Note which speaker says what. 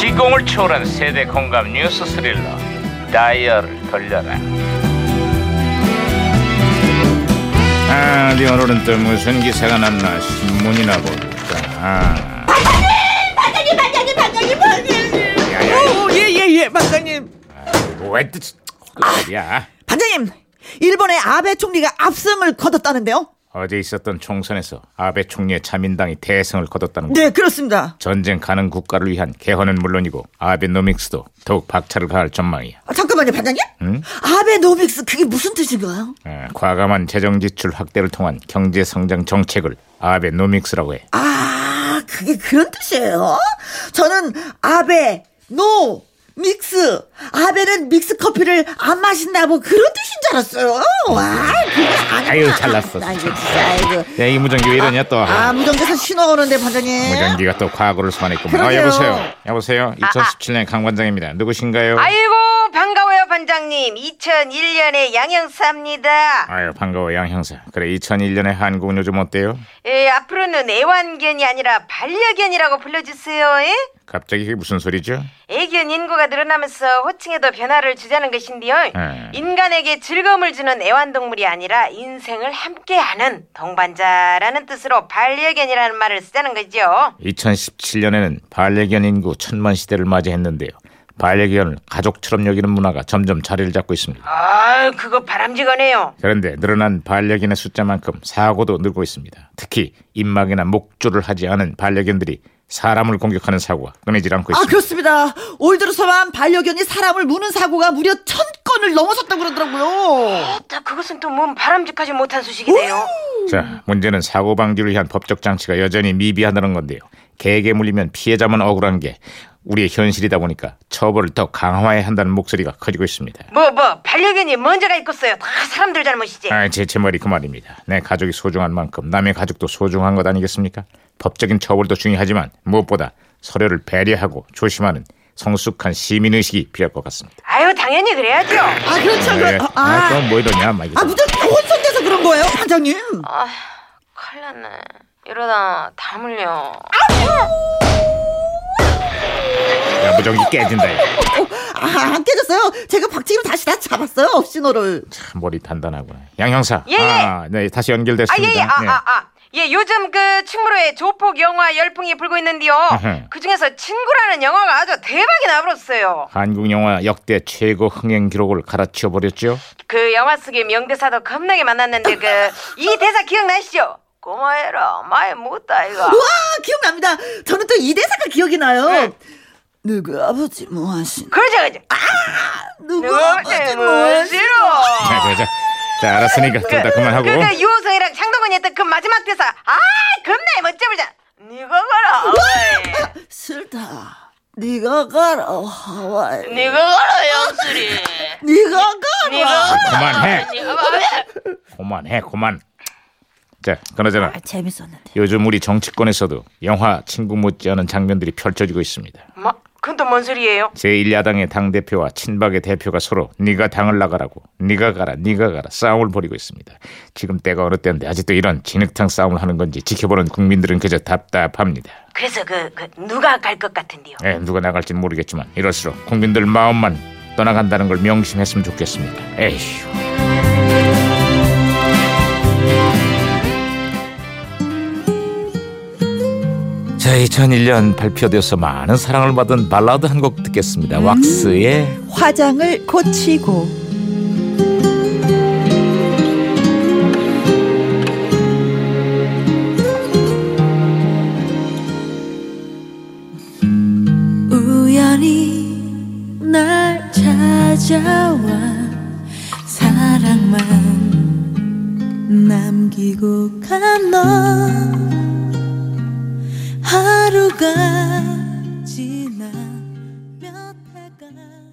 Speaker 1: 시공을 초월한 세대 공감 뉴스 스릴러 다이얼을 돌려라 아, 어디 오늘은 또 무슨 기사가 났나 신문이나 볼까 아,
Speaker 2: 반장님 반장님 반장님 반장님
Speaker 3: 예예예 반장님
Speaker 1: 왜또 그야
Speaker 3: 반장님 일본의 아베 총리가 압승을 거뒀다는데요
Speaker 1: 어제 있었던 총선에서 아베 총리의 자민당이 대승을 거뒀다는 거
Speaker 3: 네 그렇습니다
Speaker 1: 전쟁 가는 국가를 위한 개헌은 물론이고 아베노믹스도 더욱 박차를 가할 전망이야
Speaker 3: 아, 잠깐만요 반장님 아베 노믹스 그게 무슨 뜻인가요
Speaker 1: 아, 과감한 재정 지출 확대를 통한 경제 성장 정책을 아베노믹스라고 해
Speaker 3: 아 그게 그런 뜻이에요 저는 아베 노 믹스 아베는 믹스 커피를 안 마신다 뭐 그런 뜻인 줄 알았어요 와 그게 아니구나.
Speaker 1: 아유, 잘났어.
Speaker 3: 나 이거 진짜 아이고
Speaker 1: 야, 이 무전기 왜 이러냐 또
Speaker 3: 아 무전기에서 신호가 오는데 반장님
Speaker 1: 무전기가 또 과거를 소환했군요. 아,
Speaker 3: 네. 그러게요. 아,
Speaker 1: 여보세요. 여보세요. 2017년 강관장입니다. 누구신가요?
Speaker 4: 아이고 반가워요 반장님 2001년의 양형사입니다
Speaker 1: 아유, 반가워 양 형사. 그래 2001년에 한국은 요즘 어때요?
Speaker 4: 예, 앞으로는 애완견이 아니라 반려견이라고 불러주세요 예?
Speaker 1: 갑자기 이게 무슨 소리죠?
Speaker 4: 애견 인구가 늘어나면서 호칭에도 변화를 주자는 것인데요
Speaker 1: 음.
Speaker 4: 인간에게 즐거움을 주는 애완동물이 아니라 인생을 함께하는 동반자라는 뜻으로 반려견이라는 말을 쓰자는 거죠
Speaker 1: 2017년에는 반려견 인구 천만 시대를 맞이했는데요. 반려견을 가족처럼 여기는 문화가 점점 자리를 잡고 있습니다.
Speaker 4: 아 그거 바람직하네요
Speaker 1: 그런데 늘어난 반려견의 숫자만큼 사고도 늘고 있습니다. 특히 입막이나 목줄을 하지 않은 반려견들이 사람을 공격하는 사고가 끊이질 않고
Speaker 3: 아
Speaker 1: 있습니다.
Speaker 3: 그렇습니다. 올 들어서만 반려견이 사람을 무는 사고가 무려 천 건을 넘어섰다고 그러더라고요.
Speaker 4: 자, 그것은 또 뭔 바람직하지 못한 소식이네요
Speaker 1: 자, 문제는 사고 방지를 위한 법적 장치가 여전히 미비하다는 건데요. 개에게 물리면 피해자만 억울한 게 우리의 현실이다 보니까 처벌을 더 강화해야 한다는 목소리가 커지고 있습니다.
Speaker 4: 뭐 뭐, 반려견이 먼저가 있겠어요 다 사람들 잘못이지
Speaker 1: 아, 제, 제 말이 그 말입니다. 내 가족이 소중한 만큼 남의 가족도 소중한 것 아니겠습니까? 법적인 처벌도 중요하지만 무엇보다 서로를 배려하고 조심하는 성숙한 시민의식이 필요할 것 같습니다.
Speaker 4: 아유 당연히 그래야죠.
Speaker 3: 아 그렇죠.
Speaker 1: 네,
Speaker 3: 그, 아,
Speaker 1: 아,
Speaker 3: 아,
Speaker 1: 또뭐 이러냐, 막 이거.
Speaker 3: 아 무대 혼선돼서 그런 거예요, 반장님.
Speaker 4: 아 칼났네. 이러다 다 물려.
Speaker 1: 야, 무전기 깨진다. 이거.
Speaker 3: 아안 깨졌어요. 제가 박치기로 다시 다 잡았어요, 신호를.
Speaker 1: 참, 머리 단단하구나. 양 형사.
Speaker 4: 예, 예.
Speaker 1: 아, 네, 다시
Speaker 4: 아
Speaker 1: 연결됐습니다.
Speaker 4: 예 예
Speaker 1: 네.
Speaker 4: 아 아 아. 예 요즘 그 충무로에 조폭 영화 열풍이 불고 있는데요.
Speaker 1: 아흠.
Speaker 4: 그 중에서 친구라는 영화가 아주 대박이 나버렸어요.
Speaker 1: 한국 영화 역대 최고 흥행 기록을 갈아치워 버렸죠.
Speaker 4: 그 영화 속에 명대사도 겁나게 만났는데 그 이 대사 기억나시죠? 고마워라 많이 묻다 이거.
Speaker 3: 우와 기억납니다. 저는 또 이 대사가 기억이 나요. 누구 아버지 뭐 하신?
Speaker 4: 그러죠 그러죠.
Speaker 3: 누구 아버지
Speaker 4: 누구지
Speaker 3: 뭐 하신?
Speaker 4: 뭐지로.
Speaker 1: 자, 자, 자, 자 알았으니까 둘 다 네. 그만하고.
Speaker 4: 그, 그 유호성이랑 창동건이 했던 그 마지막 대사. 아, 겁나 멋져 보자. 니가 가라. 어이.
Speaker 3: 싫다. 네가 가라 하와이.
Speaker 4: 니가 가라, 영수리.
Speaker 3: 네가 가라.
Speaker 4: 니가
Speaker 1: 그만해.
Speaker 4: 니가 가라.
Speaker 1: 그만해, 그만. 자, 그나저나
Speaker 3: 아, 재밌었는데.
Speaker 1: 요즘 우리 정치권에서도 영화 친구 못지않은 장면들이 펼쳐지고 있습니다.
Speaker 4: 마, 뭐, 그건 또 뭔 소리예요?
Speaker 1: 제1야당의 당 대표와 친박의 대표가 서로 네가 당을 나가라고, 네가 가라, 네가 가라 싸움을 벌이고 있습니다. 지금 때가 어느 때인데 아직도 이런 진흙탕 싸움을 하는 건지 지켜보는 국민들은 그저 답답합니다.
Speaker 4: 그래서 그, 그 누가 갈 것 같은데요?
Speaker 1: 예, 누가 나갈진 모르겠지만 이럴수록 국민들 마음만 떠나간다는 걸 명심했으면 좋겠습니다. 에휴. 자, 2001년 발표되어서 많은 사랑을 받은 발라드 한 곡 듣겠습니다. 왁스의
Speaker 3: 화장을 고치고.
Speaker 5: 우연히 날 찾아와 사랑만 남기고 간너 하루가 지나 몇 해가